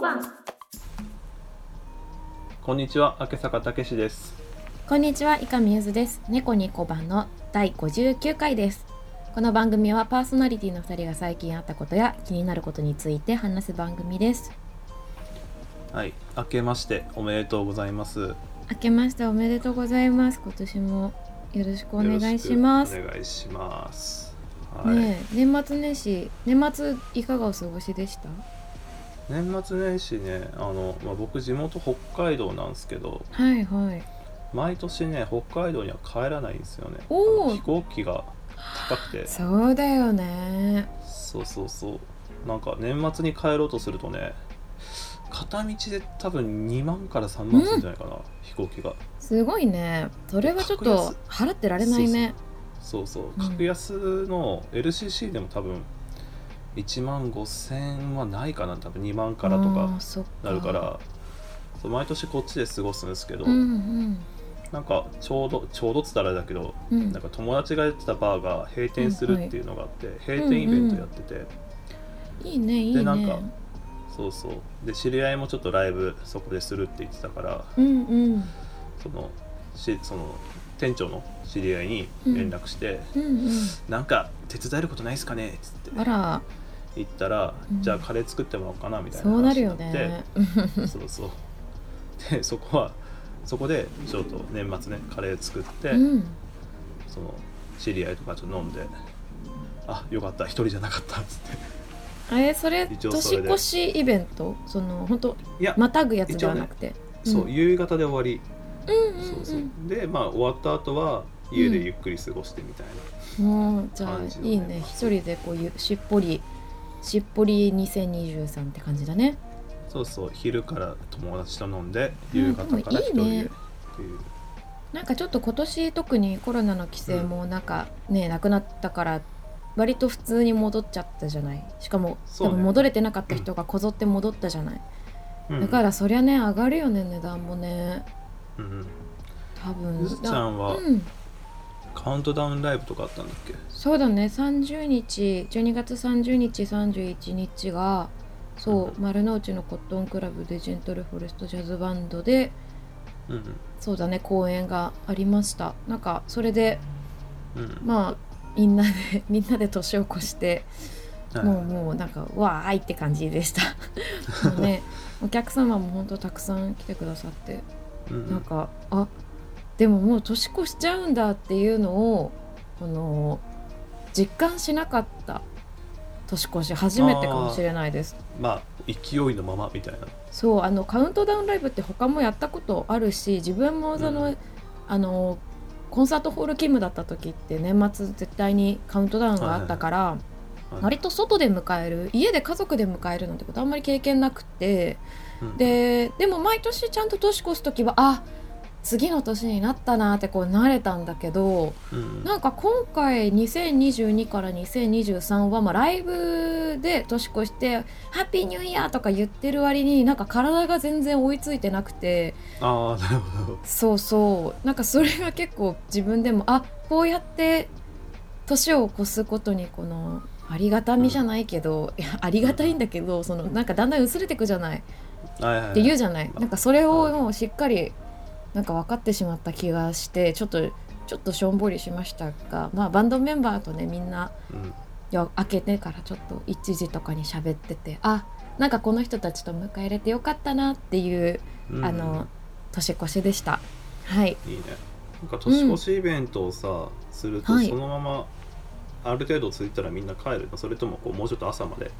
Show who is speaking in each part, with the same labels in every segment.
Speaker 1: 番
Speaker 2: こんにちは、明坂武史です。
Speaker 3: こんにちは、伊上ゆずです。猫に小判の第59回です。この番組はパーソナリティの2人が最近あったことや気になることについて話す番組です。
Speaker 2: はい、明けましておめでとうございます。
Speaker 3: 明けましておめでとうございます。今年もよろしくお
Speaker 2: お
Speaker 3: 願いします。
Speaker 2: お願いします。はい、
Speaker 3: ねえ、年末年始、年末いかがお過ごしでした
Speaker 2: 年末年始ね、あの、まあ、僕地元北海道なんですけど、
Speaker 3: はいはい。
Speaker 2: 毎年ね、北海道には帰らないんですよね。
Speaker 3: おー
Speaker 2: あの飛行機が高くて、
Speaker 3: そうだよね。
Speaker 2: そうそうそう。なんか年末に帰ろうとするとね、片道で多分2万から3万するんじゃないかな、飛行機が。
Speaker 3: すごいね。それはちょっと払ってられないね。
Speaker 2: そうそう
Speaker 3: うん
Speaker 2: 格安の LCC でも多分1万5000はないかな多分2万からと
Speaker 3: あ
Speaker 2: か
Speaker 3: ーそっ
Speaker 2: なるから、そう毎年こっちで過ごすんですけど、
Speaker 3: うん
Speaker 2: なんかちょうどちょうどっつったらあれだけど
Speaker 3: うん。うん
Speaker 2: なんか友達がやってたバーが閉店するっていうのがあって、閉店イベントやってて、
Speaker 3: いいね、いいね。
Speaker 2: でなんかそうそうで知り合いもちょっとライブそこでするって言ってたから
Speaker 3: うんうん。
Speaker 2: そのしその店長の知り合いに連絡して、
Speaker 3: うんうん。
Speaker 2: なんか手伝えることないですかねっつって
Speaker 3: あら、
Speaker 2: 行ったら、
Speaker 3: うん
Speaker 2: じゃあカレー作ってもらおうかなみたいな
Speaker 3: そうなるよ
Speaker 2: 話になっ
Speaker 3: ね。
Speaker 2: てそうそうでそこはそこでちょっと年末ねカレー作って、
Speaker 3: うん。
Speaker 2: その知り合いとかちょっと飲んであよかった一人じゃなかったっつって
Speaker 3: え、それ、
Speaker 2: 一応そ
Speaker 3: 年
Speaker 2: れで
Speaker 3: 越しイベントその、本当
Speaker 2: いや、
Speaker 3: またぐやつではなくて。
Speaker 2: そううん夕方で終わり、
Speaker 3: うんうん
Speaker 2: そうそうでまあ終わった後は家でゆっくり過ごしてみたいな、
Speaker 3: うん。もう、じゃあ、
Speaker 2: 感じの
Speaker 3: いいね。
Speaker 2: 年
Speaker 3: 一
Speaker 2: 末
Speaker 3: 人で、こういう、しっぽり、しっぽり2023って感じだね。
Speaker 2: そうそう昼から友達と飲んで夕方から一人
Speaker 3: うんでもいい
Speaker 2: で
Speaker 3: ね
Speaker 2: っていう、
Speaker 3: なんかちょっと今年特にコロナの規制もなんかね、なくなったから割と普通に戻っちゃったじゃないしかも、
Speaker 2: そ
Speaker 3: 多
Speaker 2: うね
Speaker 3: 分戻れてなかった人がこぞって戻ったじゃない、
Speaker 2: うん
Speaker 3: だからそりゃね上がるよね値段もね
Speaker 2: うん
Speaker 3: 多
Speaker 2: う
Speaker 3: 分
Speaker 2: んゆずちゃんは
Speaker 3: うん、
Speaker 2: カウントダウンライブとかあったんだっけ
Speaker 3: そうだね30日12月30日31日がそう、丸の内のコットンクラブでジェントルフォレストジャズバンドで
Speaker 2: うん
Speaker 3: そうだね公演がありましたなんかそれで
Speaker 2: うんうん
Speaker 3: まあみんなで みんなで年を越して
Speaker 2: はい
Speaker 3: もうもうなんかわーいって感じでしたもうねお客様も本当たくさん来てくださって
Speaker 2: うんうん
Speaker 3: なんかあでももう年越しちゃうんだっていうのをこの実感しなかった年越し初めてかもしれないです
Speaker 2: まあ勢いのままみたいな
Speaker 3: そうあのカウントダウンライブって他もやったことあるし自分もその、
Speaker 2: うん
Speaker 3: あのコンサートホール勤務だった時って年末絶対にカウントダウンがあったから、
Speaker 2: はい
Speaker 3: 割と外で迎える家で家族で迎えるなんてことあんまり経験なくて、
Speaker 2: うん
Speaker 3: ででも毎年ちゃんと年越す時はあ次の年になったなってこう慣れたんだけど
Speaker 2: うん
Speaker 3: なんか今回2022から2023はまあライブで年越して「ハッピーニューイヤー!」とか言ってる割になんか体が全然追いついてなくて
Speaker 2: ああなるほど
Speaker 3: そうそうなんかそれが結構自分でもあこうやって年を越すことにこのありがたみじゃないけど、いやありがたいんだけどそのなんかだんだん薄れてくじゃない
Speaker 2: はいはいはい
Speaker 3: って言うじゃない、
Speaker 2: まあ
Speaker 3: なんかそれをもうしっかりなんか分かってしまった気がしてちょっとちょっとしょんぼりしましたが、まあ、バンドメンバーとねみんな
Speaker 2: うん
Speaker 3: いや明けてからちょっと1時とかに喋っててあなんかこの人たちと迎え入れてよかったなっていう、
Speaker 2: うん
Speaker 3: あの年越しでした。はい、
Speaker 2: いいねなんか年越しイベントをさすると
Speaker 3: はい
Speaker 2: そのままある程度ついたらみんな帰るのそれともこうもうちょっと朝まで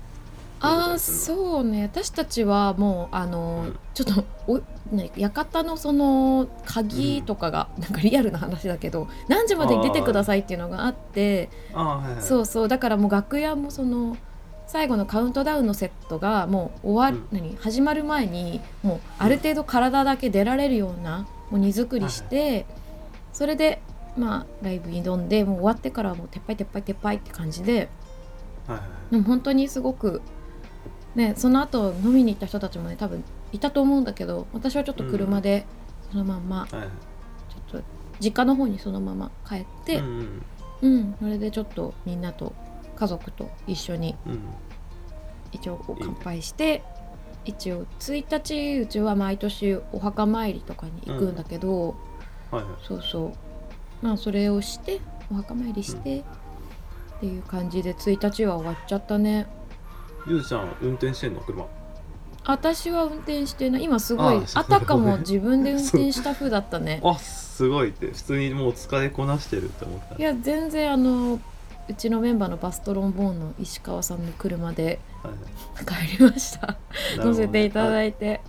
Speaker 3: あー
Speaker 2: う
Speaker 3: そうね私たちはもうあのー、
Speaker 2: うん
Speaker 3: ちょっとお、ね、館のその鍵とかが、なんかリアルな話だけど何時までに出てくださいっていうのがあって
Speaker 2: ああはいはい
Speaker 3: そううそうだからもう楽屋もその最後のカウントダウンのセットがもう終わる、何始まる前にもうある程度体だけ出られるようなもう荷造りして、それでまあライブに挑んでもう終わってからはもうてっぱいてっぱいてっぱいって感じで
Speaker 2: はいはい
Speaker 3: でも本当にすごくねその後飲みに行った人たちもね多分いたと思うんだけど私はちょっと車でそのまんま、ち
Speaker 2: はいはい
Speaker 3: ょっと実家の方にそのまま帰って、
Speaker 2: うんうん
Speaker 3: うん、それでちょっとみんなと家族と一緒に
Speaker 2: うん
Speaker 3: 一応こう
Speaker 2: いいね
Speaker 3: 乾杯して一応1日うちは毎年お墓参りとかに行くんだけど、
Speaker 2: はいはい
Speaker 3: そうそうまあそれをしてお墓参りして、っていう感じで1日は終わっちゃったね
Speaker 2: ゆうちゃん運転してんの車
Speaker 3: 私は運転してない今すご
Speaker 2: あ
Speaker 3: い
Speaker 2: あ
Speaker 3: あ,、
Speaker 2: そう
Speaker 3: たか も自分で運転した風だったね
Speaker 2: あすごいって普通にもう使いこなしてるって思った
Speaker 3: いや全然あのうちのメンバーのバストロンボーンの石川さんの車で
Speaker 2: はいはい
Speaker 3: 帰りました
Speaker 2: なるほど
Speaker 3: 乗
Speaker 2: ね
Speaker 3: せていた
Speaker 2: あ
Speaker 3: だいて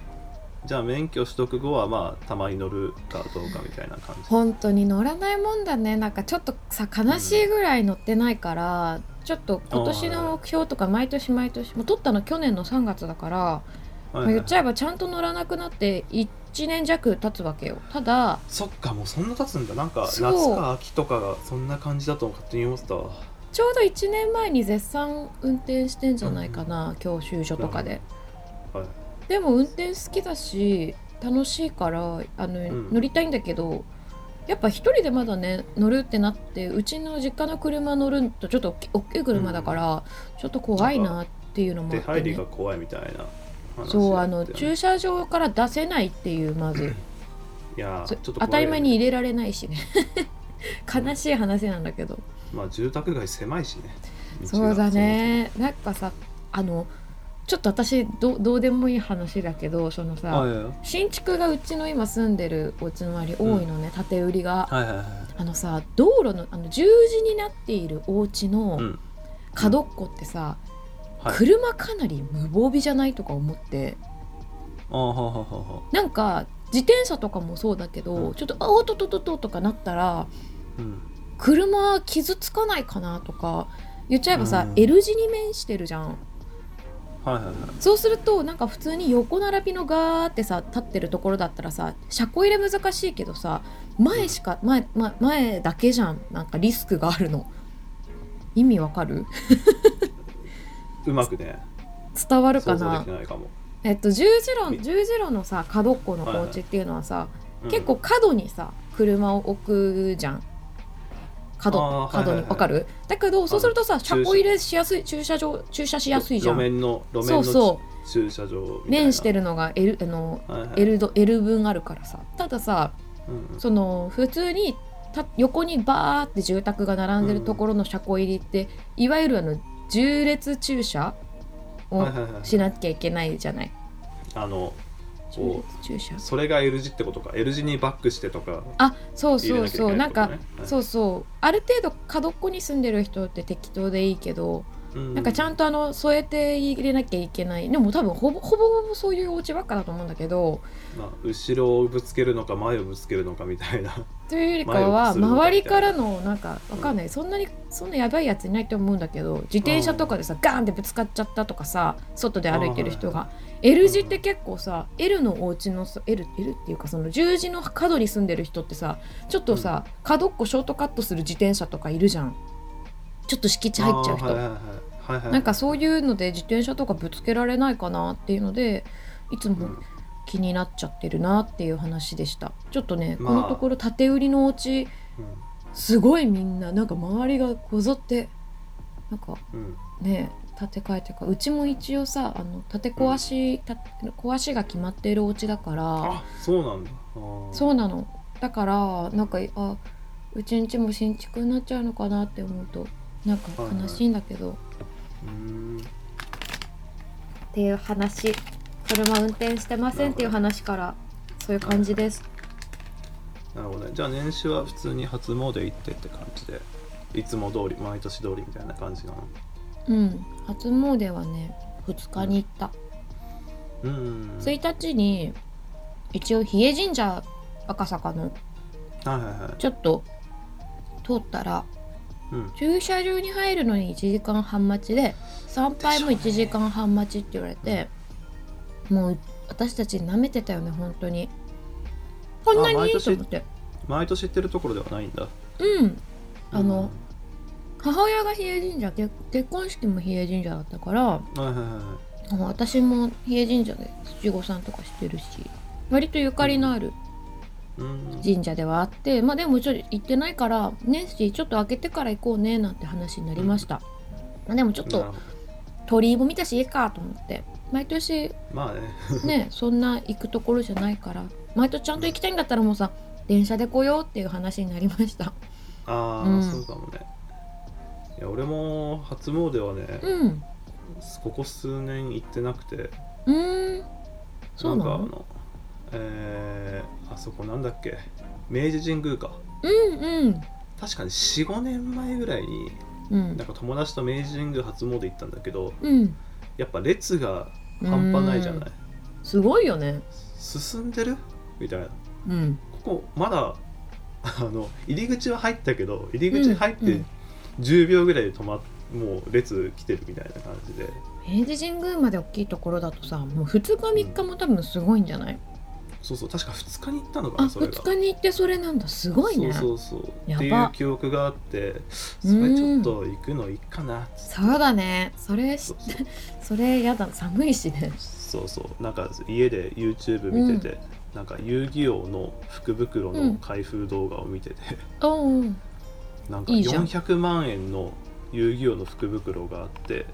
Speaker 2: じゃあ免許取得後はまあたまに乗るかどうかみたいな感じ
Speaker 3: 本当に乗らないもんだねなんかちょっとさ悲しいぐらい乗ってないから、ちょっと今年の目標とか毎年毎年もう取ったの去年の3月だから、
Speaker 2: はい
Speaker 3: ま
Speaker 2: は
Speaker 3: あ、
Speaker 2: い
Speaker 3: 言っちゃえばちゃんと乗らなくなって1年弱経つわけよただ
Speaker 2: そっかもうそんな経つんだなんか夏
Speaker 3: そう
Speaker 2: か秋とかがそんな感じだと勝手に思ってたわ
Speaker 3: ちょうど1年前に絶賛運転してんじゃないかな、教習所とかで、
Speaker 2: はい
Speaker 3: でも運転好きだし楽しいからあの、
Speaker 2: ん
Speaker 3: 乗りたいんだけどやっぱ一人でまだね乗るってなってうちの実家の車乗るとちょっと大き大きい車だから、ちょっと怖いなっていうのもあ
Speaker 2: 出
Speaker 3: って、
Speaker 2: 入り
Speaker 3: ね
Speaker 2: が、怖いみたいな話
Speaker 3: そうあの
Speaker 2: だったよね
Speaker 3: 駐車場から出せないっていうまず
Speaker 2: いやー
Speaker 3: そ
Speaker 2: ちょっと怖いよね
Speaker 3: 当たり前に入れられないしね 悲しい話なんだけど
Speaker 2: まあ住宅街狭いしね道が
Speaker 3: そうだねなんかさあのちょっと私どうどうでもいい話だけどその
Speaker 2: そ
Speaker 3: さ、
Speaker 2: もそもあいやいや
Speaker 3: 新築がうちの今住んでるお家の周り多いのね、建て売りが、
Speaker 2: はいはいはい
Speaker 3: あのさ道路のあの十字になっているお家
Speaker 2: う
Speaker 3: の
Speaker 2: ん
Speaker 3: 角っこってさ、
Speaker 2: はい
Speaker 3: 車かなり無防備じゃないとか思って
Speaker 2: あーはははは
Speaker 3: なんか自転車とかもそうだけど、
Speaker 2: うん
Speaker 3: ちょっと「あおっとっとっとっと」とかなったら
Speaker 2: うん
Speaker 3: 車傷つかないかなとか言っちゃえばさ、
Speaker 2: うん
Speaker 3: L 字に面してるじゃん
Speaker 2: はいはいはい
Speaker 3: そうするとなんか普通に横並びのガーってさ立ってるところだったらさ車庫入れ難しいけどさ前しか前、ま、前だけじゃんなんかリスクがあるの意味わかる
Speaker 2: うまくね
Speaker 3: 伝わるか
Speaker 2: 想像で
Speaker 3: な
Speaker 2: きないかも、
Speaker 3: えっと十字路十字路のさ角っこのお家っていうのはさ、
Speaker 2: うん
Speaker 3: 結構角にさ車を置くじゃん角
Speaker 2: あー
Speaker 3: 角
Speaker 2: はいはい
Speaker 3: に
Speaker 2: はい
Speaker 3: わかるだけどそうするとさ
Speaker 2: 駐車
Speaker 3: 車庫入れしやすい駐車場駐車しやすいじゃ
Speaker 2: 路
Speaker 3: ん
Speaker 2: 面の路
Speaker 3: そ
Speaker 2: 面
Speaker 3: うそ
Speaker 2: の
Speaker 3: う
Speaker 2: 駐車場みたいな
Speaker 3: 面してるのが L, あの
Speaker 2: はいはい
Speaker 3: L, ど L 分あるからさたださ
Speaker 2: うんうん
Speaker 3: その普通にた横にバーって住宅が並んでるところの車庫入りって、いわゆるあの重列駐車を
Speaker 2: はいはいはい
Speaker 3: しなきゃいけないじゃない
Speaker 2: あの
Speaker 3: 重
Speaker 2: こ
Speaker 3: 列駐車
Speaker 2: うそれが L 字ってことか L 字にバックしてとか
Speaker 3: あそう
Speaker 2: 入れ
Speaker 3: そう
Speaker 2: なきゃいけな
Speaker 3: そうな
Speaker 2: ってこと
Speaker 3: いんか
Speaker 2: ねはい
Speaker 3: そうそうある程度角っこに住んでる人って適当でいいけど、
Speaker 2: うん
Speaker 3: なんかちゃんとあの添えて入れなきゃいけないでも多分ほぼほぼほぼそういうお家ばっかだと思うんだけど
Speaker 2: まあ、後ろをぶつけるのか前をぶつけるのかみたいな
Speaker 3: というよりかは周りからのなんかわかんない、そんなにそんなやばいやついないと思うんだけど自転車とかでさガーンってぶつかっちゃったとかさ外で歩いてる人が L 字って結構さ L のお家のさ L, L っていうかその十字の角に住んでる人ってさちょっとさ、角っこショートカットする自転車とかいるじゃんちょっと敷地入っちゃう人、
Speaker 2: あーはいはいはいはいはい
Speaker 3: なんかそういううので自転車とかぶつけられないかなっていうのでいつも
Speaker 2: ん
Speaker 3: 気になっちゃってるなっていう話でしたちょっとね、
Speaker 2: まあ
Speaker 3: このところ縦売りのお家すごいみんななんか周りがこぞってなんか
Speaker 2: うん
Speaker 3: ね建て替えてかうちも一応さあの建て壊し、た壊しが決まっているお家だから
Speaker 2: あそうなんだあー
Speaker 3: そうなのだからなんかあうちんちも新築になっちゃうのかなって思うとなんか悲しいんだけど、
Speaker 2: うーん
Speaker 3: っていう話車運転してませんっていう話からそういう感じです
Speaker 2: なるほどねじゃあ年始は普通に初詣行ってって感じでいつも通り毎年通りみたいな感じなの
Speaker 3: うん初詣はね2日に行った
Speaker 2: うん
Speaker 3: 1日に一応日枝神社赤坂の
Speaker 2: はいはいはい
Speaker 3: ちょっと通ったら
Speaker 2: うん
Speaker 3: 駐車場に入るのに1時間半待ちで参拝も1時間半待ちって言われてもう私たち舐めてたよね本当にこんな
Speaker 2: あ
Speaker 3: に
Speaker 2: 毎
Speaker 3: いい
Speaker 2: 年
Speaker 3: と思って
Speaker 2: 毎年行ってるところではないんだ
Speaker 3: うんあ
Speaker 2: うん
Speaker 3: の母親が比叡神社結結婚式も比叡神社だったから
Speaker 2: はいはいはいはい
Speaker 3: あ私も比叡神社で七五三とかしてるし割とゆかりのある
Speaker 2: うん
Speaker 3: 神社ではあって、まあでもちょっと行ってないから年始ちょっと開けてから行こうねなんて話になりました、まあでもちょっ
Speaker 2: なるほ
Speaker 3: と
Speaker 2: ど
Speaker 3: 鳥居も見たしいいかと思って毎 年
Speaker 2: まあね
Speaker 3: ねそんな行くところじゃないから毎年ちゃんと行きたいんだったらもうさ電車で来ようっていう話になりました
Speaker 2: ああ、
Speaker 3: うん
Speaker 2: そうかもねいや俺も初詣はね、
Speaker 3: うん
Speaker 2: ここ数年行ってなくて
Speaker 3: うーんそうなの
Speaker 2: んかあのえー、あそこなんだっけ明治神宮か
Speaker 3: うんうん
Speaker 2: 確かに45年前ぐらいに
Speaker 3: うん
Speaker 2: なんか友達と明治神宮初詣行ったんだけど
Speaker 3: うん
Speaker 2: やっぱ列が半端ないじゃない
Speaker 3: すごいよね
Speaker 2: 進んでるみたいな
Speaker 3: うん
Speaker 2: ここまだあの入り口は入ったけど入り口入っ
Speaker 3: うんう
Speaker 2: て
Speaker 3: ん
Speaker 2: 10秒ぐらいで止まっもう列来てるみたいな感じで
Speaker 3: 明治神宮まで大きいところだとさもう2日3日も多分すごいんじゃない、
Speaker 2: そうそう確か2日に行ったのか
Speaker 3: あ
Speaker 2: なそれが
Speaker 3: 2日に行ってそれなんだすごいね
Speaker 2: そうそうそう
Speaker 3: やば
Speaker 2: っていう記憶があってそれちょっと行くのいいかなっつって
Speaker 3: そうだねそれ
Speaker 2: そ
Speaker 3: そう
Speaker 2: そう
Speaker 3: れやだ寒いしね
Speaker 2: そうそうなんか家で YouTube 見てて、なんか遊戯王の福袋の開封動画を見てて、
Speaker 3: おう
Speaker 2: なんか
Speaker 3: いいじゃん
Speaker 2: 400万円の遊戯王の福袋があって
Speaker 3: へえ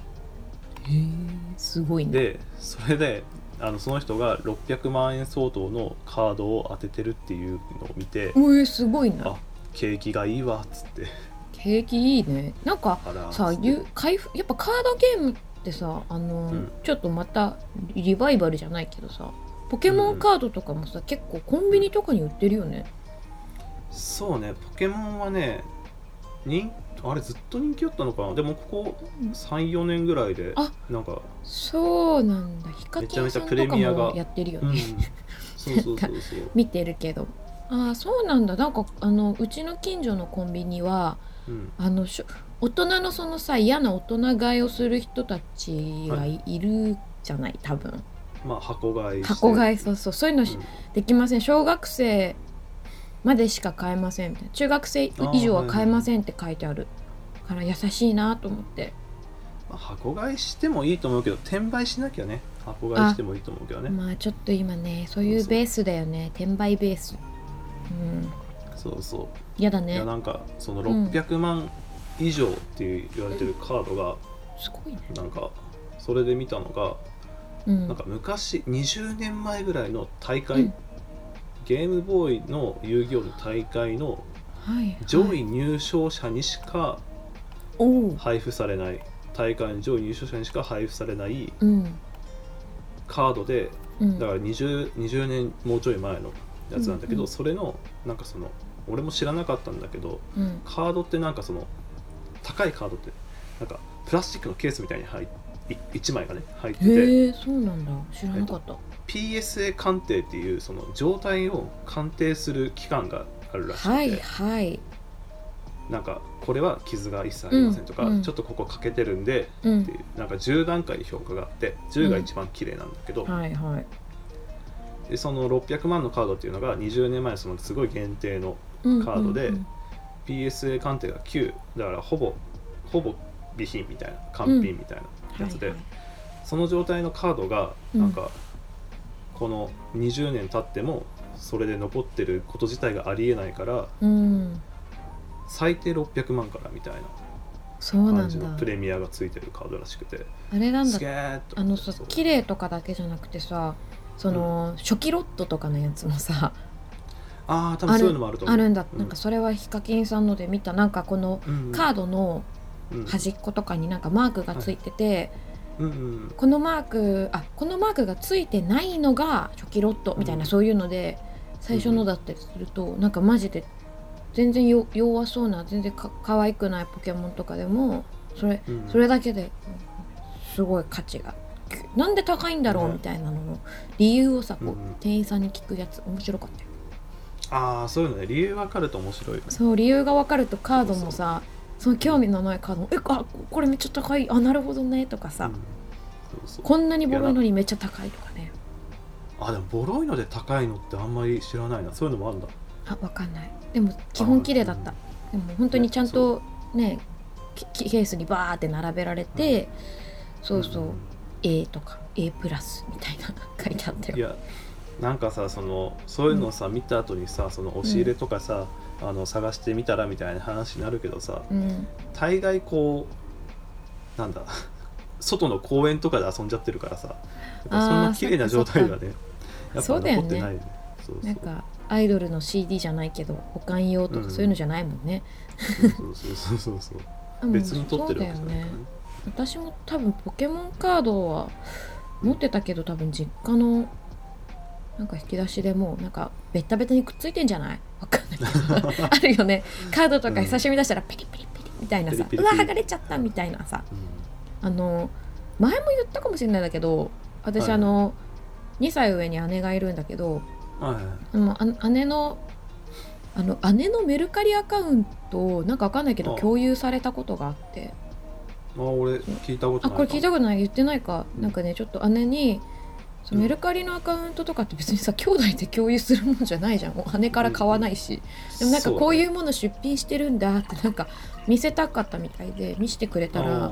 Speaker 3: すごいね
Speaker 2: でそれであのその人が600万円相当のカードを当ててるっていうのを見て、
Speaker 3: おえすごいな
Speaker 2: あ景気がいいわっつって
Speaker 3: 景気いいねなんか
Speaker 2: あらー
Speaker 3: さ
Speaker 2: っ
Speaker 3: あ
Speaker 2: つって
Speaker 3: ゆ開封やっぱカードゲームってさあの、
Speaker 2: うん
Speaker 3: ちょっとまたリバイバルじゃないけどさポケモンカードとかもさ、結構コンビニとかに売ってるよね、
Speaker 2: そうねポケモンはね人あれずっと人気だったのかなでもここ34年ぐらいで
Speaker 3: あ
Speaker 2: なんか
Speaker 3: そうなんだヒカキンさんとか
Speaker 2: めちゃめちゃプレミア
Speaker 3: も
Speaker 2: が
Speaker 3: やってるよ
Speaker 2: う
Speaker 3: ね、
Speaker 2: んそうそうそうそう
Speaker 3: 見てるけどああそうなんだなんかあのうちの近所のコンビニは
Speaker 2: うん
Speaker 3: あのしょ大人のそのさ嫌な大人買いをする人たちが,、
Speaker 2: はい
Speaker 3: るじゃない多分
Speaker 2: まあ箱買いして
Speaker 3: 箱買い
Speaker 2: うん
Speaker 3: そうそうそういうのしできません小学生までしか買えませんみたいな中学生以上は買えませんって書いてあるから優しいなと思って、
Speaker 2: まあ箱買いしてもいいと思うけど転売しなきゃね箱買いしてもいいと思うけどね
Speaker 3: まあちょっと今ねそういうベースだよね転売ベースうん
Speaker 2: そうそう
Speaker 3: 嫌だ
Speaker 2: いや
Speaker 3: ね
Speaker 2: なんかその
Speaker 3: うん
Speaker 2: 600万以上って言われてるカードが
Speaker 3: すごいね
Speaker 2: なんかそれで見たのが
Speaker 3: うん
Speaker 2: なんか昔20年前ぐらいの大会、
Speaker 3: うん
Speaker 2: ゲームボーイの遊戯王の大会の
Speaker 3: はいはい
Speaker 2: 上位入賞者にしか
Speaker 3: おお
Speaker 2: 配布されない大会の上位入賞者にしか配布されない
Speaker 3: うん
Speaker 2: カードで
Speaker 3: うん
Speaker 2: だから 20, 20年もうちょい前のやつなんだけど、
Speaker 3: うん
Speaker 2: それのなんかその俺も知らなかったんだけど
Speaker 3: うん
Speaker 2: カードってなんかその高いカードってなんかプラスチックのケースみたいに入っ1枚がね入ってて
Speaker 3: へえそうなんだ知らなかった、
Speaker 2: PSA 鑑定っていうその状態を鑑定する機関があるらしくて、
Speaker 3: はいはい
Speaker 2: なんかこれは傷が一切ありませんとか、
Speaker 3: うんうん
Speaker 2: ちょっとここ欠けてるんで
Speaker 3: う
Speaker 2: ってい
Speaker 3: ん
Speaker 2: うなんか10段階評価があって10が一番綺麗なんだけど、
Speaker 3: はいはい
Speaker 2: でその600万のカードっていうのが20年前のそのすごい限定の
Speaker 3: うん
Speaker 2: カードで
Speaker 3: うん
Speaker 2: PSA 鑑定が9だからほぼほぼ備品みたいな完品みたいなやつで、
Speaker 3: はいはい
Speaker 2: その状態のカードが
Speaker 3: うん
Speaker 2: なんかこの20年経ってもそれで残ってること自体がありえないから
Speaker 3: うん
Speaker 2: 最低600万からみたい
Speaker 3: そう
Speaker 2: な
Speaker 3: な
Speaker 2: 感じの
Speaker 3: ん
Speaker 2: プ
Speaker 3: だ
Speaker 2: レミアがついてるカードらしくて
Speaker 3: あれなんだ
Speaker 2: すげーっと
Speaker 3: あのさ
Speaker 2: そう
Speaker 3: 綺麗とかだけじゃなくてさその、初期ロットとかのやつもさ
Speaker 2: ああ多分そういうのもあると思う
Speaker 3: あるんだ、なんかそれはヒカキンさんので見たなんかこのカードの
Speaker 2: ー
Speaker 3: 端っことかになんかマークがついてて、
Speaker 2: うんうん
Speaker 3: このマークあこのマークがついてないのが初期ロットみたいな、
Speaker 2: うん
Speaker 3: そういうので最初のだったりすると、なんかマジで全然よ弱そうな全然か可愛くないポケモンとかでもそれ
Speaker 2: うん
Speaker 3: それだけですごい価値がなんで高いんだろう
Speaker 2: ね
Speaker 3: みたいなのの理由をさこ
Speaker 2: う
Speaker 3: う、
Speaker 2: んうん
Speaker 3: 店員さんに聞くやつ面白かったよ
Speaker 2: ああそういうのね理由わかると面白いよね
Speaker 3: そう理由が分かるとカードもさその興味のないカードも「えあこれめっちゃ高いあなるほどね」とかさ、
Speaker 2: うんそうそう
Speaker 3: こんなにボロいのにめっちゃ高いとかね
Speaker 2: あでもボロいので高いのってあんまり知らないなそういうのもあるんだ
Speaker 3: あ分かんないでも基本綺麗だった、でも本当にちゃんとねききケースにバーって並べられて、そうそう、
Speaker 2: ん
Speaker 3: A とか A プラスみたいな書いてあった
Speaker 2: い
Speaker 3: よ
Speaker 2: やなんかさそのそういうのをさ、見た後にさその押し入れとかさ、あの探してみたらみたいな話になるけどさ
Speaker 3: うん
Speaker 2: 大概こうなんだ外の公園とかで遊んじゃってるからさやっぱそんな綺麗な状態がねやっぱ
Speaker 3: そ
Speaker 2: 残
Speaker 3: うだよね
Speaker 2: ってないよねそうそう
Speaker 3: なんかアイドルの CD じゃないけど保管用と
Speaker 2: う
Speaker 3: か
Speaker 2: ん
Speaker 3: そういうのじゃないもんね、
Speaker 2: そうそうそうそうそう
Speaker 3: うん
Speaker 2: 別に撮ってるわけじ
Speaker 3: そ
Speaker 2: ゃ
Speaker 3: う
Speaker 2: な
Speaker 3: だ
Speaker 2: い
Speaker 3: よ
Speaker 2: から
Speaker 3: ね
Speaker 2: ね
Speaker 3: 私も多分ポケモンカードは持ってたけど多分実家のなんか引き出しでもうなんかベタベタにくっついてんじゃないわかんない けどあるよねカードとか久しぶりに出したらピリピリピリみたいなさ、
Speaker 2: ピリピ
Speaker 3: う
Speaker 2: リ
Speaker 3: わ
Speaker 2: ピリ
Speaker 3: 剥がれちゃったみたいなさあの前も言ったかもしれないんだけど私、
Speaker 2: はい
Speaker 3: あの2歳上に姉がいるんだけど
Speaker 2: うんはいはい
Speaker 3: あのあ姉のあの姉のメルカリアカウントをなんかわかんないけど
Speaker 2: あ
Speaker 3: 共有されたことがあって
Speaker 2: あ俺聞いたこと
Speaker 3: あ
Speaker 2: ない
Speaker 3: これ聞いたことない言ってないか、
Speaker 2: うん
Speaker 3: なんかねちょっと姉にそう
Speaker 2: うん
Speaker 3: メルカリのアカウントとかって別にさ兄弟で共有するもんじゃないじゃんもう姉から買わないし、でもなんかこういううもの出品してるんだってなんか見せたかったみたいで見せてくれた
Speaker 2: だね
Speaker 3: ら
Speaker 2: あ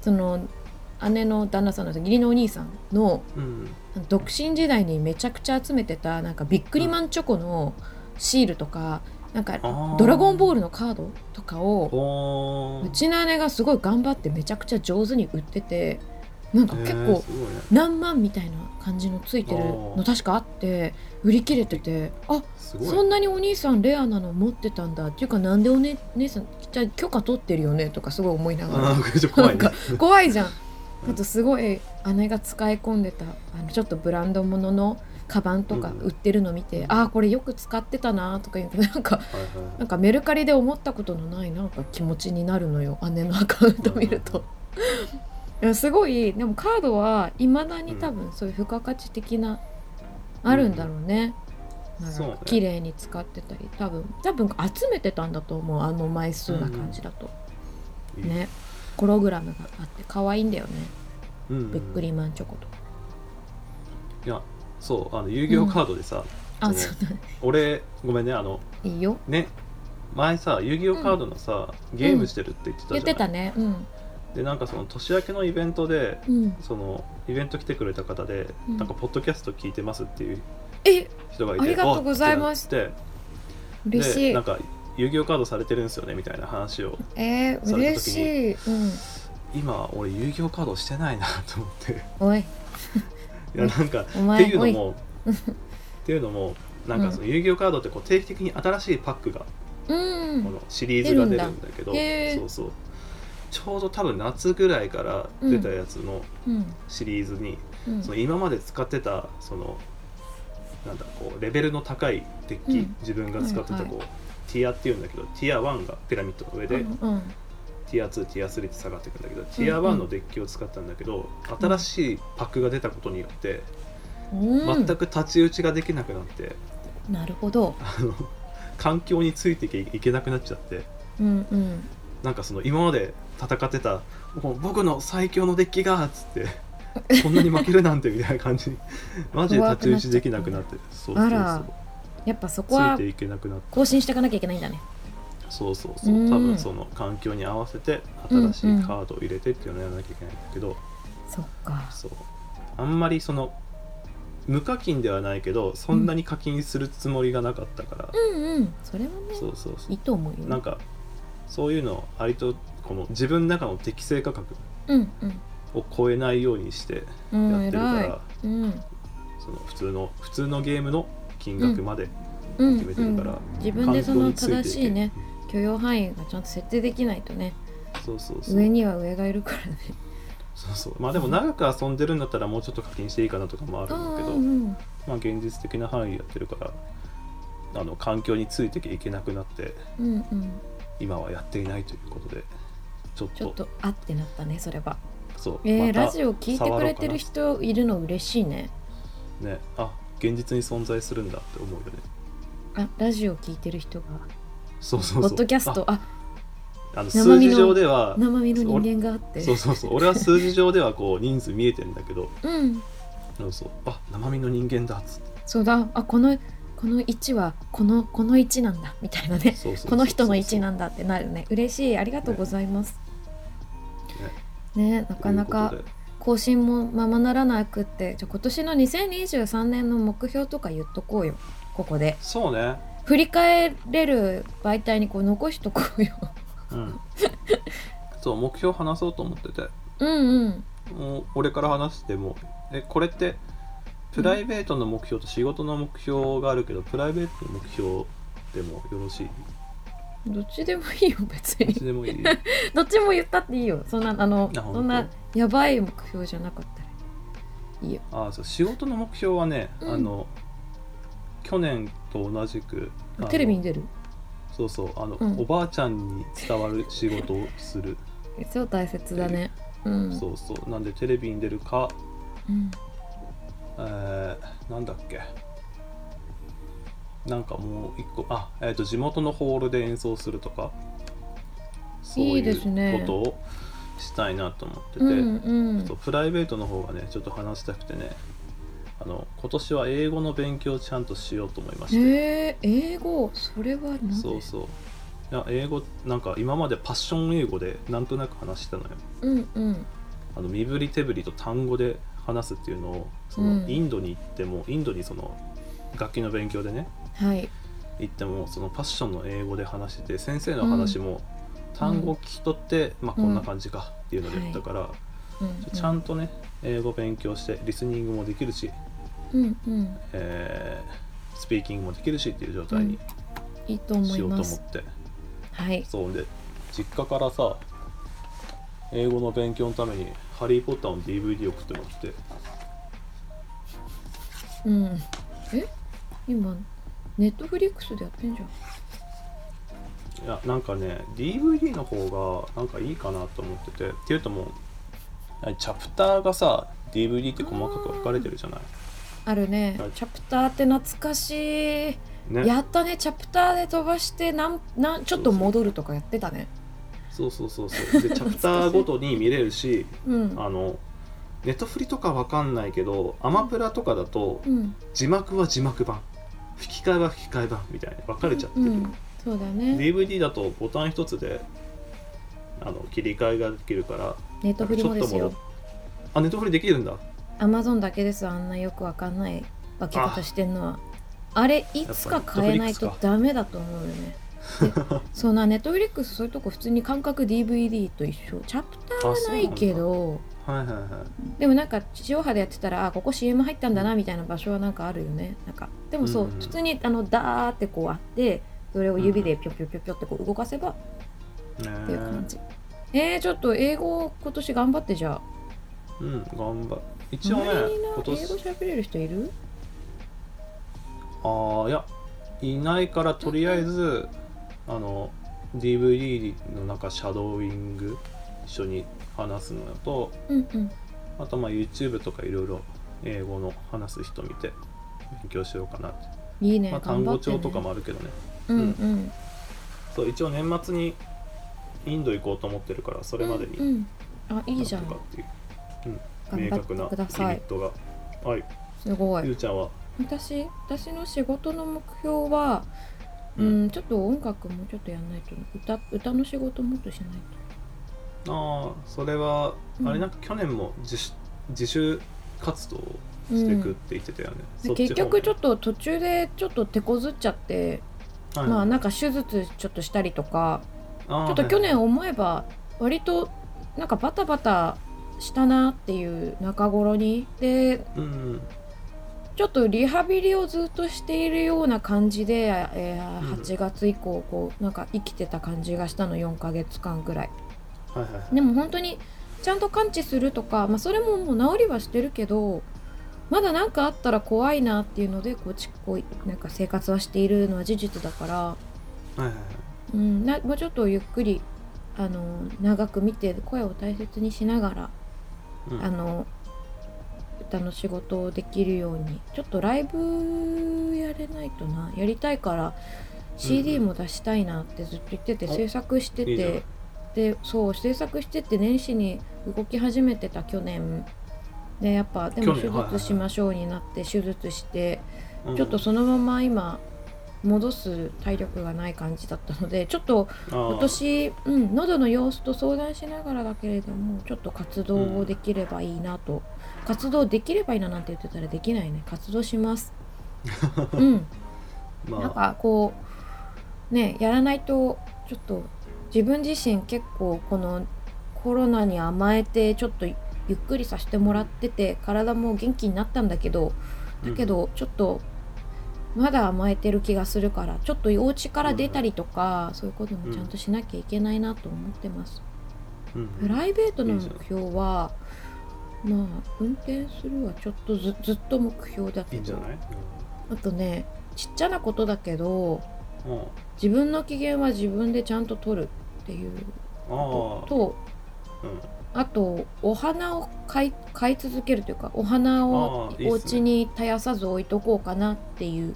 Speaker 3: その姉の旦那さんの義理のお兄さんの
Speaker 2: ーうん
Speaker 3: 独身時代にめちゃくちゃ集めてたなんかビックリマンチョコのシールとか、なんか「ドラゴンボー
Speaker 2: ル
Speaker 3: ル」のカードとかを
Speaker 2: お
Speaker 3: うちの姉がすごい頑張ってめちゃくちゃ上手に売っててなんか結構何万みたいな感じのついてるの
Speaker 2: あー
Speaker 3: 確かあって売り切れててあ
Speaker 2: すごいねすごい
Speaker 3: そんなにお兄さんレアなの持ってたんだっていうかなんでお、ね、姉さんじゃあ許可取ってるよねとかすごい思いながら
Speaker 2: あーちょっと怖いね
Speaker 3: なん怖いじゃん
Speaker 2: うん
Speaker 3: あとすごい姉が使い込んでたあのちょっとブランドもののカバンとか
Speaker 2: うん
Speaker 3: 売ってるの見て、ああこれよく使ってたなとか言うけど なんか
Speaker 2: はいはいはい
Speaker 3: なんかメルカリで思ったことのないなんか気持ちになるのよ姉のアカウント見ると。いやすごいでもカードはいまだに多分そういう付加価値的な、
Speaker 2: うん
Speaker 3: あるんだろうね。なん
Speaker 2: そうね
Speaker 3: か綺麗に使ってたり多分多分集めてたんだと思うあの枚数な感じだと、
Speaker 2: いい
Speaker 3: ねプログラムがあって可愛いんだよね、
Speaker 2: うんうん
Speaker 3: びっくりマンチョコとか
Speaker 2: いやそうあの遊戯王カードでさ、
Speaker 3: あ
Speaker 2: そ
Speaker 3: そ
Speaker 2: う
Speaker 3: うだ
Speaker 2: 俺ごめんねあの
Speaker 3: いいよ
Speaker 2: ね前さ遊戯王カードのさ、ゲームしてるって言ってたじゃ
Speaker 3: 言
Speaker 2: ん
Speaker 3: ってたねうん
Speaker 2: でなんかその年明けのイベントで
Speaker 3: うん
Speaker 2: そのイベント来てくれた方で、
Speaker 3: うん
Speaker 2: なんかポッドキャスト聞いてますっていう
Speaker 3: え
Speaker 2: 人がいて
Speaker 3: ありがとうございま
Speaker 2: あ
Speaker 3: す
Speaker 2: ってなって
Speaker 3: 嬉し
Speaker 2: で
Speaker 3: い
Speaker 2: なんか遊戯王カードされてるんですよねみたいな話を
Speaker 3: えー、
Speaker 2: それの
Speaker 3: 嬉
Speaker 2: 時
Speaker 3: し
Speaker 2: に
Speaker 3: いうん
Speaker 2: 今俺遊戯王カードしてないなと思って
Speaker 3: おい
Speaker 2: いやなんかっ
Speaker 3: お
Speaker 2: て
Speaker 3: 前
Speaker 2: いう
Speaker 3: お
Speaker 2: の
Speaker 3: い
Speaker 2: も っていうのもなんかその遊戯王カードってこう定期的に新しいパックが、
Speaker 3: うん
Speaker 2: このシリーズが出るんだけど
Speaker 3: 出るんだへー
Speaker 2: そうそうちょうど多分夏ぐらいから出たやつの
Speaker 3: うん
Speaker 2: シリーズに、
Speaker 3: うん
Speaker 2: その今まで使ってたそのなんだこうレベルの高いデッキ、
Speaker 3: うん
Speaker 2: 自分が使ってたこう、
Speaker 3: はい
Speaker 2: ティアっていうんだけどティア1がピラミッドの上で、
Speaker 3: うんうん
Speaker 2: ティア2ティア3って下がっていくんだけど、ティア1のデッキを使ったんだけど新しいパックが出たことによって、
Speaker 3: うん
Speaker 2: 全く立ち打ちができなくなって
Speaker 3: なるほど
Speaker 2: あの環境についていけいけなくなっちゃって
Speaker 3: うんうん
Speaker 2: なんかその今まで戦ってたもう僕の最強のデッキがっつってこんなに負けるなんてみたいな感じにマジで立ち打ちできなくなってそうそう
Speaker 3: あ
Speaker 2: そ
Speaker 3: ら
Speaker 2: う
Speaker 3: やっぱそ
Speaker 2: つ
Speaker 3: こ
Speaker 2: い
Speaker 3: は
Speaker 2: ていけなくなって
Speaker 3: 更新していかなきゃいけないんだね
Speaker 2: そうそうそう
Speaker 3: うん
Speaker 2: 多分その環境に合わせて新しいカードを入れてっていうのをやらなきゃいけないんだけど、
Speaker 3: そっか
Speaker 2: そうあんまりその無課金ではないけどそんなに課金するつもりがなかったから、
Speaker 3: うんうんそれはね
Speaker 2: そうそうそ
Speaker 3: いいと思うよ
Speaker 2: うなんかそういうのを割とこの自分の中の適正価格
Speaker 3: うん
Speaker 2: を超えないようにして
Speaker 3: うんう
Speaker 2: やって
Speaker 3: ん
Speaker 2: るから、
Speaker 3: 偉いうん
Speaker 2: その普通の普通のゲームの金額まで
Speaker 3: うん
Speaker 2: 決めてるから、
Speaker 3: うん自分でその正しいね
Speaker 2: 環境についてい
Speaker 3: 許容範囲がちゃんと設定できないとね
Speaker 2: けそうそうそう
Speaker 3: 上には上がいるからね
Speaker 2: そうそうまあでも長く遊んでるんだったらもうちょっと課金していいかなとかもあ
Speaker 3: う
Speaker 2: るん
Speaker 3: ん
Speaker 2: だ
Speaker 3: う
Speaker 2: けど、
Speaker 3: んうん
Speaker 2: まあ、現実的な範囲でやってるからあの環境についていけなくなって
Speaker 3: うんうん
Speaker 2: 今はやっていないということでちょっと
Speaker 3: ちょっとあってなったねそれは
Speaker 2: そう
Speaker 3: えー
Speaker 2: また
Speaker 3: ラジオ聞いてくれてる人いるの嬉しいね
Speaker 2: ねあ現実に存在するんだって思うよね
Speaker 3: あラジオ聞いてる人が
Speaker 2: そうそう
Speaker 3: ポ
Speaker 2: そう
Speaker 3: ッドキャストあ
Speaker 2: ああの
Speaker 3: 生
Speaker 2: 数
Speaker 3: 身
Speaker 2: 字
Speaker 3: の
Speaker 2: 上では
Speaker 3: 生身の人間があって
Speaker 2: そうそうそう俺は数字上ではこう人数見えてんだけど
Speaker 3: うん
Speaker 2: そうそうあ生身の人間だっつって
Speaker 3: そうだあこのこの位置はこのこの位置なんだみたいな
Speaker 2: そうそ
Speaker 3: ね
Speaker 2: うそうそう
Speaker 3: この人の位置なんだってなるね嬉しいありがとうございますねな
Speaker 2: な
Speaker 3: かなか更新もままならなくってじゃあ今年の2023年の目標とか言っとこうよここで
Speaker 2: そうね
Speaker 3: 振り返れる媒体にこう残しとこうよ
Speaker 2: うんそう目標話そうと思ってて
Speaker 3: うんうん
Speaker 2: もう俺から話してもえこれってプライベートの目標と仕事の目標があるけど、プライベートの目標でもよろしい
Speaker 3: どっちでもいいよ別
Speaker 2: どっ
Speaker 3: に
Speaker 2: ちでも いい
Speaker 3: どっちも言ったっていいよそんなあの
Speaker 2: あ本当
Speaker 3: そんなやばい目標じゃなかったら
Speaker 2: あそう仕事の目標はね、
Speaker 3: うん
Speaker 2: あの去年と同じくあの
Speaker 3: テレビに出る
Speaker 2: そうそうあの、
Speaker 3: うん
Speaker 2: おばあちゃんに伝わる仕事をする、
Speaker 3: 超大切だねうん
Speaker 2: そうそうなんでテレビに出るか、
Speaker 3: うん
Speaker 2: えーなんだっけなんかもう一個あえっ、と地元のホールで演奏するとかそう
Speaker 3: いい
Speaker 2: い
Speaker 3: で
Speaker 2: う
Speaker 3: すね
Speaker 2: ことをしたいなと思ってて
Speaker 3: うんうん
Speaker 2: そうプライベートの方がねちょっと話したくてねあの今年は英語の勉強をちゃんとしようと思いまして、
Speaker 3: えー、英語それは何
Speaker 2: そうそういや英語なんか今までパッション英語でなんとなく話してたのよ
Speaker 3: うんうん
Speaker 2: あの身振り手振りと単語で話すっていうのをその、
Speaker 3: うん
Speaker 2: インドに行ってもインドにその楽器の勉強でね
Speaker 3: はい
Speaker 2: 行ってもそのパッションの英語で話してて先生の話も単語を聞き取って、まあ、こんな感じかっていうので
Speaker 3: は
Speaker 2: 言っ
Speaker 3: い
Speaker 2: たから、
Speaker 3: うんうん
Speaker 2: ちゃんとね英語勉強してリスニングもできるし、
Speaker 3: うんうん
Speaker 2: えースピーキングもできるしっていう状態に
Speaker 3: いいと思
Speaker 2: し
Speaker 3: い
Speaker 2: ようと
Speaker 3: ま
Speaker 2: 思っ
Speaker 3: す
Speaker 2: て。
Speaker 3: はい
Speaker 2: そうで実家からさ英語の勉強のために「ハリー・ポッター」の DVD を送ってもらって
Speaker 3: うんえ今ネットフリックスでやってんじゃん
Speaker 2: いやなんかね DVD の方がなんかいいかなと思っててっていうともうあチャプターがさ DVD って細かく分かれてるじゃない
Speaker 3: あるね
Speaker 2: はい
Speaker 3: チャプターって懐かしい
Speaker 2: ね
Speaker 3: やったねチャプターで飛ばしてなんなんちょっと戻るとかやってたね
Speaker 2: そうそうそうそう でチャプターごとに見れるし
Speaker 3: うん
Speaker 2: あのネットフリとか分かんないけどアマプラとかだと
Speaker 3: うん
Speaker 2: 字幕は字幕版吹き替えは吹き替え版みたいに分かれちゃって
Speaker 3: う
Speaker 2: る、
Speaker 3: んそうだね
Speaker 2: DVD だとボタン一つであの切り替えができるから
Speaker 3: ネットフリもです
Speaker 2: ちょ
Speaker 3: よ
Speaker 2: っと戻っあネットフリできるんだ
Speaker 3: アマゾンだけですあんなよくわかんない化け方してんのはあれいつか変えない
Speaker 2: や
Speaker 3: と
Speaker 2: っ
Speaker 3: ダメだと思うよねでそんなネットフリックスそういうとこ普通に感覚 DVD と一緒チャプターはないけど
Speaker 2: はいはいはい
Speaker 3: でもなんか地上波でやってたらあここ CM 入ったんだなみたいな場所はなんかあるよねなんかでもそう、
Speaker 2: うんうん
Speaker 3: 普通にあのダーってこうあってそれを指でピョピョピョピョってこう動かせば
Speaker 2: ね
Speaker 3: っていう感じ、えー、ちょっと英語今年頑張ってじゃあ
Speaker 2: うん頑張一応ね
Speaker 3: 周り
Speaker 2: 今
Speaker 3: の英語
Speaker 2: 年
Speaker 3: 喋れる人いる
Speaker 2: ああいやいないからとりあえずあの DVD の中シャドーイング一緒に話すのと
Speaker 3: うんうん
Speaker 2: あとまあ YouTube とかいろいろ英語の話す人見て勉強しようかなって、
Speaker 3: いいね、
Speaker 2: まあ、単
Speaker 3: 頑張
Speaker 2: 語
Speaker 3: って、ね、
Speaker 2: 帳とかもあるけどね
Speaker 3: うんうん
Speaker 2: そう一応年末にインド行こうと思ってるからそれまでに
Speaker 3: うんうんあいいじゃ
Speaker 2: なんと
Speaker 3: ん
Speaker 2: かっていう
Speaker 3: 頑
Speaker 2: 明
Speaker 3: 張って
Speaker 2: 確な
Speaker 3: く
Speaker 2: リミ
Speaker 3: ださ
Speaker 2: ッ
Speaker 3: い
Speaker 2: トがはい
Speaker 3: すご
Speaker 2: ゆ
Speaker 3: いう
Speaker 2: ちゃんは
Speaker 3: 私私の仕事の目標はう
Speaker 2: うん
Speaker 3: ん、ちょっと音楽もちょっとやんないと歌歌の仕事もっとしない
Speaker 2: ああそれは、
Speaker 3: うん
Speaker 2: あれなんか去年も自主自主活動を
Speaker 3: と、う
Speaker 2: していくっ
Speaker 3: ん
Speaker 2: て言ってたよね、
Speaker 3: で、結局ちょ
Speaker 2: っ
Speaker 3: っと途中でちょっと手こずっちゃって、
Speaker 2: と、
Speaker 3: まあ
Speaker 2: あ
Speaker 3: なんか手術ちょっとしたりとか
Speaker 2: ー
Speaker 3: ちょっと去年思えば割となんかバタバタしたなっていう中頃に
Speaker 2: はい
Speaker 3: で
Speaker 2: うんうん
Speaker 3: ちょっとリハビリをずっとしているような感じで、えー
Speaker 2: うん
Speaker 3: 8月以降こうなんか生きてた感じがしたの4ヶ月間くらい
Speaker 2: はいはいはい
Speaker 3: でも本当にちゃんと完治するとか、まあ、それももう治りはしてるけどまだ何かあったら怖いなっていうのでこうちこうなんか生活はしているのは事実だから、
Speaker 2: はいはいはい
Speaker 3: うん、なもうちょっとゆっくりあの長く見て声を大切にしながら
Speaker 2: うん
Speaker 3: あの歌の仕事をできるようにちょっとライブやれないとなやりたいから CD も出したいなってずっと言ってて、
Speaker 2: お
Speaker 3: 制作してて
Speaker 2: いいじゃん
Speaker 3: でそう制作してって年始に動き始めてた去年でやっぱでも
Speaker 2: 去
Speaker 3: 手
Speaker 2: 年はいはいはい
Speaker 3: 術しましょうになって手術して、
Speaker 2: うん
Speaker 3: ちょっとそのまま今戻す体力がない感じだったのでちょっと
Speaker 2: あー
Speaker 3: 今年、うん、喉の様子と相談しながらだけれどもちょっと活動をできればいいなと、活動できればいいななんて言ってたらできないね活動 しますうん
Speaker 2: まあ
Speaker 3: なんかこうねやらないとちょっと自分自身結構このコロナに甘えてちょっとゆっくりさせてもらってて体も元気になったんだけどだけどちょっとまだ甘えてる気がするからちょっとお家から出たりとかそういうこともちゃんとしなきゃいけないなと思ってます。
Speaker 2: うんうん
Speaker 3: プライベートの目標はまあ運転するはちょっとずずっと目標だ
Speaker 2: い
Speaker 3: け
Speaker 2: いんじゃ
Speaker 3: ど
Speaker 2: ない、
Speaker 3: あとねちっちゃなことだけど
Speaker 2: うんうん、あ
Speaker 3: 自分の機嫌は自分でちゃんと取るっていうこと
Speaker 2: あ
Speaker 3: と
Speaker 2: うん
Speaker 3: あとお花を買い買い続けるというかお花を
Speaker 2: あーいい
Speaker 3: お
Speaker 2: っすね
Speaker 3: 家に絶やさず置いとこうかなっていう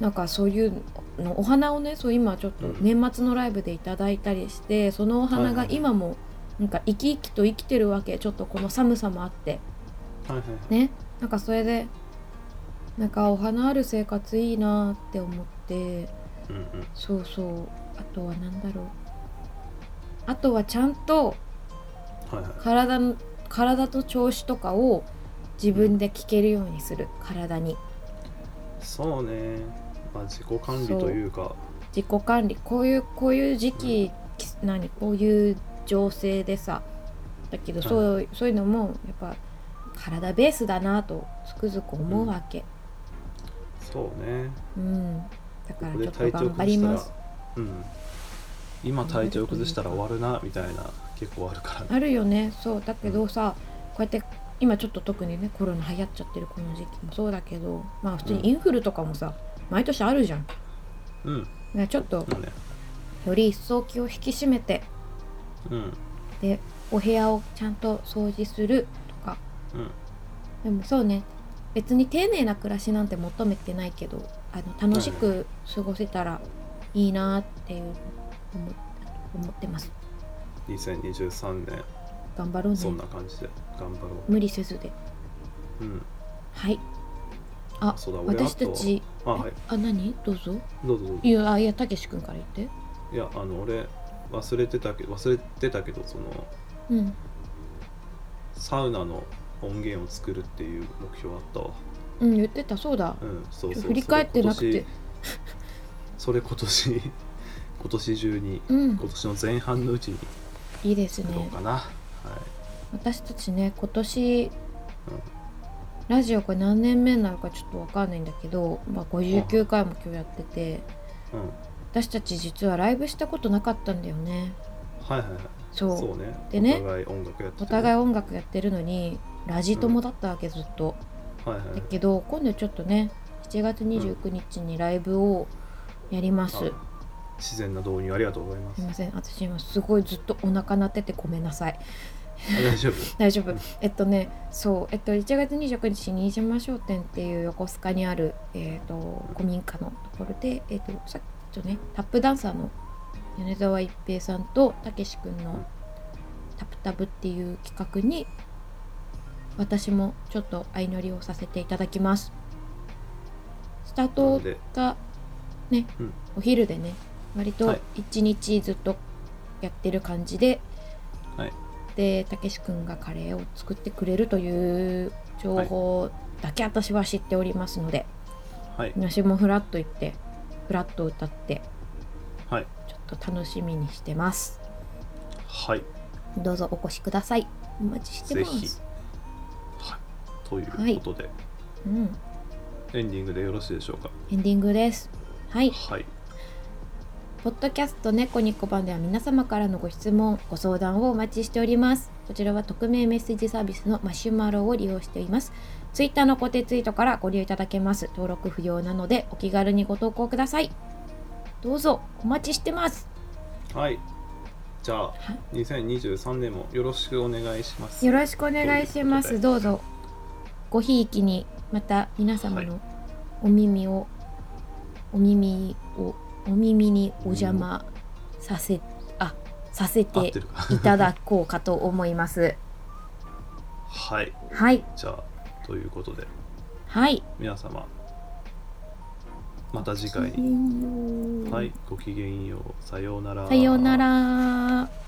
Speaker 3: なんかそういうのお花をねそう今ちょっと
Speaker 2: うん
Speaker 3: 年末のライブでいただいたりして、そのお花
Speaker 2: はいは
Speaker 3: が
Speaker 2: いはい
Speaker 3: 今もなんか生き生きと生きてるわけちょっとこの寒さもあって
Speaker 2: うんはいはい
Speaker 3: ねなんかそれでなんかお花ある生活いいなって思って
Speaker 2: うんうん
Speaker 3: そうそうあとは何だろうあとはちゃんと
Speaker 2: はいはい
Speaker 3: 体の体と調子とかを自分で聞けるようにする体に
Speaker 2: そうね、まあ、自己管理というか
Speaker 3: 自己管理こういうこういう時期、き何こういう情勢でさだけど
Speaker 2: はい
Speaker 3: そう,、そういうのもやっぱ体ベースだなとつくづく思うわけ、
Speaker 2: そうね
Speaker 3: うんだか
Speaker 2: こ
Speaker 3: ら
Speaker 2: こ
Speaker 3: ち
Speaker 2: で
Speaker 3: ょっと
Speaker 2: 体調
Speaker 3: 頑張り
Speaker 2: 崩した
Speaker 3: ま
Speaker 2: ら
Speaker 3: す、
Speaker 2: うん、今体調崩したら終わるなみたいな結構あるからね
Speaker 3: あるよねそうだけどさ、こうやって今ちょっと特にねコロナ流行っちゃってるこの時期もそうだけどまあ普通にインフルとかもさ、毎年あるじゃんだか
Speaker 2: うん
Speaker 3: らちょっと
Speaker 2: まあね
Speaker 3: より一層気を引き締めて
Speaker 2: うん
Speaker 3: でお部屋をちゃんと掃除するとか
Speaker 2: うん
Speaker 3: でもそうね別に丁寧な暮らしなんて求めてないけどあの楽しく過ごせたらいいなっていう思っ思ってます
Speaker 2: 2023年
Speaker 3: 頑張ろう
Speaker 2: そん
Speaker 3: ね
Speaker 2: な感じで頑張ろ
Speaker 3: 無理せずで
Speaker 2: ううん
Speaker 3: はいあ
Speaker 2: そうだ俺
Speaker 3: 私たち
Speaker 2: あとあはい
Speaker 3: あ何どうぞ
Speaker 2: どうぞどうぞ
Speaker 3: いやあいやたけし君から言って
Speaker 2: いやあの俺忘れてたけど忘れてたけどその
Speaker 3: うん
Speaker 2: サウナの音源を作るっていう目標あったわ
Speaker 3: うん言ってたそうだ
Speaker 2: うんそうそう
Speaker 3: 振り返ってなくて
Speaker 2: それ今年 それ今年今年中に
Speaker 3: うん
Speaker 2: 今年の前半のうちに
Speaker 3: いいです
Speaker 2: やろ
Speaker 3: ね
Speaker 2: うかな、は
Speaker 3: 私たちね今年
Speaker 2: うん
Speaker 3: ラジオこれ何年目になるかちょっとわかんないんだけど、まあ、59回も今日やってて
Speaker 2: い、うん、
Speaker 3: 私たち実はライブしたことなかったんだよね
Speaker 2: はいはいはい
Speaker 3: そう
Speaker 2: そうね
Speaker 3: でね
Speaker 2: お互い音楽やってて
Speaker 3: お互い音楽やってるのにラジ友だったわけずっと、
Speaker 2: はいはい
Speaker 3: だけど今度ちょっとね7月29日にライブをやります、
Speaker 2: あ自然な導入ありがとうございますす
Speaker 3: いません私今すごいずっとお腹鳴っててごめんなさい
Speaker 2: あ大丈夫
Speaker 3: 大丈
Speaker 2: う
Speaker 3: 夫
Speaker 2: ん
Speaker 3: えっとねそうえっと1月29日に飯島商店っていう横須賀にある、えっと古民家のところで、えっとさっきとねタップダンサーの米沢一平さんとたけし君
Speaker 2: うん
Speaker 3: の「タプタブ」っていう企画に私もちょっと相乗りをさせていただきますスター
Speaker 2: な
Speaker 3: ト
Speaker 2: んで
Speaker 3: がね、
Speaker 2: うん
Speaker 3: お昼でね割
Speaker 2: は
Speaker 3: と
Speaker 2: い
Speaker 3: 一日ずっとやってる感じで、
Speaker 2: はい
Speaker 3: でたけし君がカレーを作ってくれるという情報だけ私は知っておりますので、
Speaker 2: はい
Speaker 3: 私もフラッと行ってフラッと歌って
Speaker 2: はい
Speaker 3: ちょっと楽しみにしてます
Speaker 2: はい
Speaker 3: どうぞお越しくださいお待ちしてま
Speaker 2: ぜひ
Speaker 3: す
Speaker 2: はいということで、
Speaker 3: うん
Speaker 2: エンディングでよろしいでしょうか
Speaker 3: エンディングですはい
Speaker 2: はい
Speaker 3: ポッドキャスト猫ニコ版では皆様からのご質問、ご相談をお待ちしております。こちらは匿名メッセージサービスのマシュマロを利用しています。ツイッターの固定ツイートからご利用いただけます。登録不要なのでお気軽にご投稿ください。どうぞお待ちしてます。
Speaker 2: はいじゃあ2023年もよろしくお願いします
Speaker 3: よろしくお願いしま
Speaker 2: とい
Speaker 3: す。
Speaker 2: う
Speaker 3: どうぞごひいきにまた皆様のお耳を、お耳をお耳にお邪魔させあさせ
Speaker 2: 合っててるか
Speaker 3: いただこうかと思います。
Speaker 2: はい
Speaker 3: はい、
Speaker 2: じゃあということで
Speaker 3: はい。
Speaker 2: 皆様また次回
Speaker 3: ごきげんよう
Speaker 2: はいごきげんようさようなら
Speaker 3: さようなら。